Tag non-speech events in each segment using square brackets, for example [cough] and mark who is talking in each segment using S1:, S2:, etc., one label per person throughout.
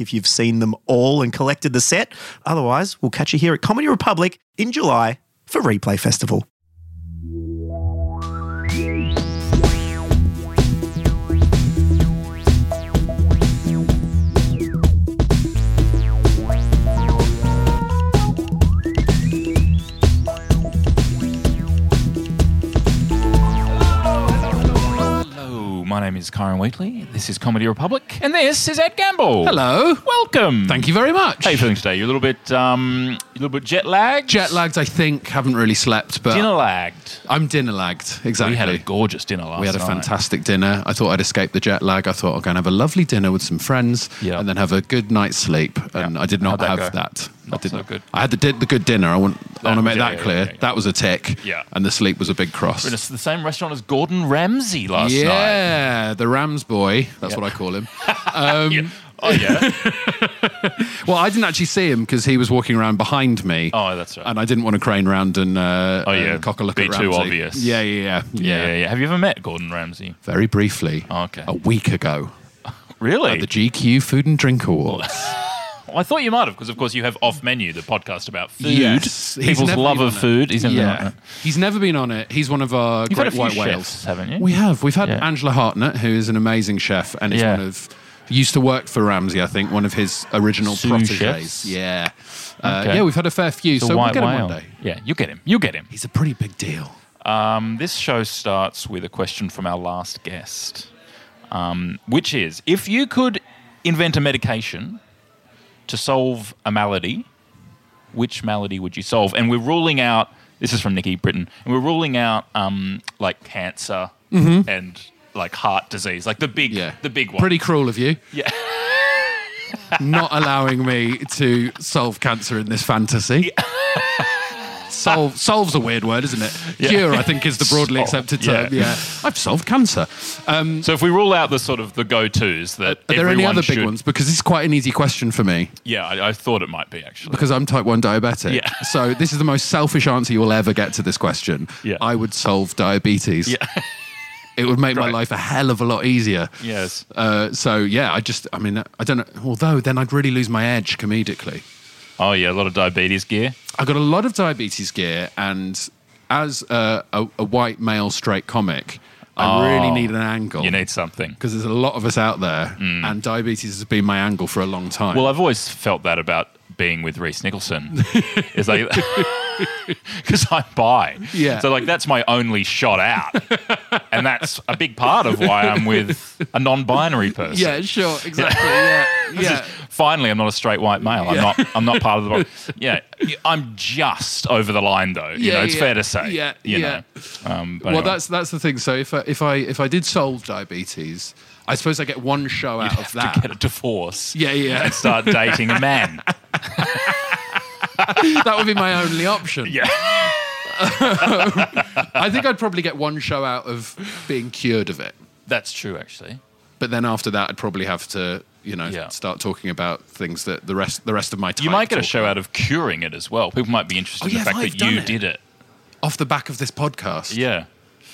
S1: if you've seen them all and collected the set. Otherwise, we'll catch you here at Comedy Republic in July for Replay Festival.
S2: Hello, my name is Kyron Wheatley. This is Comedy Republic, and this is Ed Gamble.
S3: Hello.
S2: welcome.
S3: Thank you very much.
S2: How are you feeling today? You're a little bit, um, a little bit jet lagged.
S3: Jet lagged, I think. Haven't really slept, but
S2: Dinner lagged.
S3: I'm dinner lagged. Exactly.
S2: We had a gorgeous dinner last night.
S3: We had a fantastic dinner. I thought I'd escape the jet lag. I thought I'll go and have a lovely dinner with some friends
S2: Yeah.
S3: and then have a good night's sleep. And I did
S2: How'd
S3: not
S2: that
S3: have
S2: go?
S3: that.
S2: Not
S3: I did
S2: so
S3: not.
S2: good.
S3: I had the, di- the good dinner. I want, I want to
S2: was-
S3: make
S2: yeah,
S3: that
S2: yeah,
S3: clear.
S2: yeah, yeah.
S3: That was a tick.
S2: Yeah.
S3: And the sleep was a big cross.
S2: We were in the same restaurant as Gordon Ramsay last night.
S3: yeah, the Rams boy. That's what I call him. um,
S2: Yeah. Oh yeah.
S3: [laughs] Well, I didn't actually see him because he was walking around behind me.
S2: Oh, that's right.
S3: And I didn't want to crane round and, uh,
S2: Oh, yeah.
S3: and cock a look
S2: Be
S3: at
S2: too
S3: Ramsey.
S2: obvious.
S3: Yeah, yeah, yeah,
S2: yeah, yeah, yeah. Have you ever met Gordon Ramsay?
S3: Very briefly,
S2: Okay.
S3: a week ago,
S2: Really?
S3: at the GQ Food and Drink Awards.
S2: [laughs] Well, Uh, I thought you might have, because of course you have Off Menu, the podcast about food.
S3: Yes. He's
S2: People's
S3: never
S2: love
S3: been
S2: of
S3: on it.
S2: food. He's never been on it.
S3: he's never been on it. He's one of our
S2: You've had
S3: great
S2: a few
S3: white
S2: chefs,
S3: whales,
S2: haven't you?
S3: We have. We've had
S2: Yeah.
S3: Angela Hartnett, who is an amazing chef, and is
S2: Yeah.
S3: one of used to work for Ramsey, I think, one of his original
S2: Sous
S3: proteges.
S2: chefs?
S3: Yeah, uh,
S2: Okay.
S3: yeah. We've had a fair few,
S2: The
S3: so we'll
S2: white
S3: get him
S2: whale.
S3: one day.
S2: Yeah, you get him. You get him.
S3: He's a pretty big deal.
S2: Um, this show starts with a question from our last guest, um, which is if you could invent a medication to solve a malady, which malady would you solve? And we're ruling out, this is from Nikki Britton, and we're ruling out um, like cancer and like heart disease, like the big,
S3: Mm-hmm. Yeah,
S2: the big one.
S3: Pretty cruel of you.
S2: Yeah. [laughs]
S3: not allowing me to solve cancer in this fantasy. Solve solves a weird word, isn't it?
S2: Yeah.
S3: Cure, I think, is the broadly
S2: Solve,
S3: accepted
S2: yeah.
S3: term. Yeah. I've solved cancer. Um,
S2: So if we rule out the sort of the go-tos that
S3: are there any
S2: everyone
S3: other big
S2: should-
S3: ones? Because this is quite an easy question for me
S2: Yeah, I, I thought it might be actually.
S3: because I'm type 1 diabetic.
S2: Yeah.
S3: So this is the most selfish answer you'll ever get to this question.
S2: Yeah.
S3: I would solve diabetes.
S2: Yeah.
S3: It would make my
S2: Right.
S3: life a hell of a lot easier.
S2: Yes.
S3: Uh, so yeah, I just, I mean, I don't know. Although then I'd really lose my edge comedically.
S2: Oh yeah, a lot of diabetes gear.
S3: I got a lot of diabetes gear, and as a, a, a white male straight comic, I really need an angle.
S2: Oh. You need something.
S3: because there's a lot of us out there, and diabetes has been my angle for a long time.
S2: Well, I've always felt that about being with Reese
S3: [laughs]
S2: Nicholson. it's like [laughs] because I'm bi.
S3: Yeah.
S2: So like that's my only shot out, and that's a big part of why I'm with a non-binary person.
S3: yeah, sure, exactly. Yeah,
S2: [laughs] This
S3: yeah.
S2: is- finally, I'm not a straight white male. I'm not. I'm not part of the.
S3: [laughs]
S2: bo- Yeah, I'm just over the line, though. You
S3: Yeah,
S2: know, it's
S3: yeah,
S2: fair to say.
S3: yeah,
S2: you
S3: yeah.
S2: Know? Um, but
S3: well,
S2: anyway.
S3: that's that's the thing. So if I, if I if I did solve diabetes, I suppose I get one show out of that.
S2: to get a divorce. [laughs]
S3: Yeah, yeah. [laughs]
S2: And start dating a man.
S3: that would be my only option.
S2: Yeah.
S3: [laughs] I think I'd probably get one show out of being cured of it.
S2: That's true, actually.
S3: but then after that, I'd probably have to, you know,
S2: Yeah.
S3: start talking about things that the rest the rest of my time.
S2: You might get a
S3: talk
S2: show out of curing it as well. People might be interested
S3: Oh,
S2: in
S3: yeah,
S2: the fact
S3: I've
S2: that
S3: done
S2: you
S3: it.
S2: did it.
S3: off the back of this podcast.
S2: Yeah.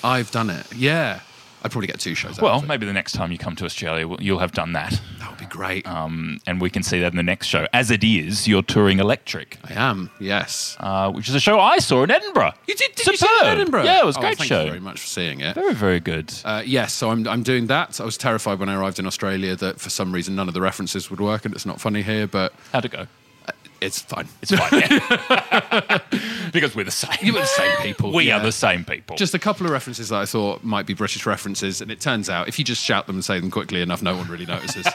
S3: I've done it. Yeah, I'd probably get two shows. out
S2: Well,
S3: of it.
S2: maybe the next time you come to Australia, we'll- you'll have done that.
S3: that would be great.
S2: Um, and we can see that in the next show. As it is, you're touring Electric,
S3: I am. Yes.
S2: uh, which is a show I saw in Edinburgh.
S3: you did.
S2: did you see it in Superb. Edinburgh? Oh, Yeah, it was a great
S3: Oh, thank
S2: show.
S3: You very much for seeing it.
S2: Very, very good.
S3: Uh, yes, so I'm, I'm doing that. I was terrified when I arrived in Australia that for some reason none of the references would work, and it's not funny here, but
S2: How'd it go?
S3: it's fine.
S2: It's fine. yeah. [laughs] because we're the same.
S3: You were the same people.
S2: We
S3: yeah.
S2: are the same people.
S3: Just a couple of references that I thought might be British references, and it turns out if you just shout them and say them quickly enough, no one really notices.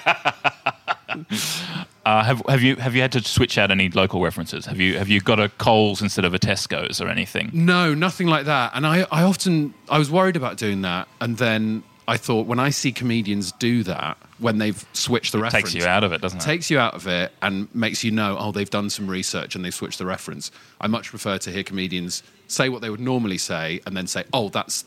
S2: Uh, have, have you have you had to switch out any local references? Have you have you got a Coles instead of a Tesco's or anything?
S3: No, nothing like that. And I, I often I was worried about doing that, and then I thought when I see comedians do that when they've switched the reference,
S2: Takes you out of it, doesn't it?
S3: takes you out of it and makes you know, oh, they've done some research and they've switched the reference. I much prefer to hear comedians say what they would normally say and then say, oh, that's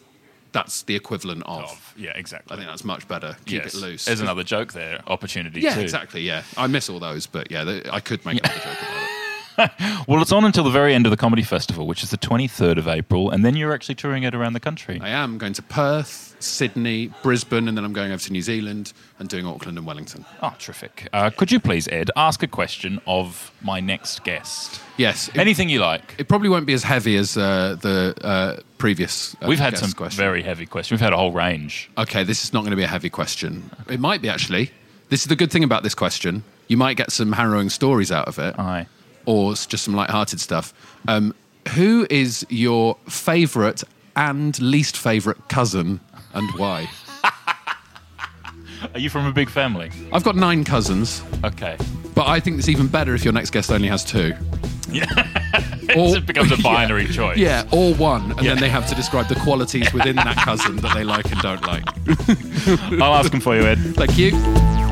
S3: that's the equivalent of.
S2: Of. Yeah, exactly.
S3: I think that's much better. Keep it loose.
S2: There's another joke there. Opportunity
S3: yeah,
S2: too.
S3: exactly. Yeah, I miss all those, but yeah, th- I could make another joke about it.
S2: Well, it's on until the very end of the comedy festival, which is the 23rd of April, and then you're actually touring it around the country.
S3: I am going to Perth, Sydney, Brisbane, and then I'm going over to New Zealand and doing Auckland and Wellington.
S2: Oh, terrific. Uh, could you please, Ed, ask a question of my next guest?
S3: Yes, it,
S2: Anything you like.
S3: it probably won't be as heavy as uh, the uh, previous. Uh,
S2: We've had
S3: guest
S2: some
S3: question.
S2: very heavy questions. We've had a whole range.
S3: Okay, this is not going to be a heavy question. It might be actually. This is the good thing about this question. You might get some harrowing stories out of it,
S2: Aye.
S3: or s- just some light-hearted stuff. Um, who is your favourite and least favourite cousin, and why?
S2: Are you from a big family?
S3: I've got nine cousins,
S2: Okay.
S3: but I think it's even better if your next guest only has two.
S2: So
S3: Or,
S2: it becomes a binary choice.
S3: Oh. [laughs] yeah, or one, and
S2: Yeah.
S3: then they have to describe the qualities within that cousin that they like and don't like.
S2: I'll ask him for you, Ed.
S3: Like you.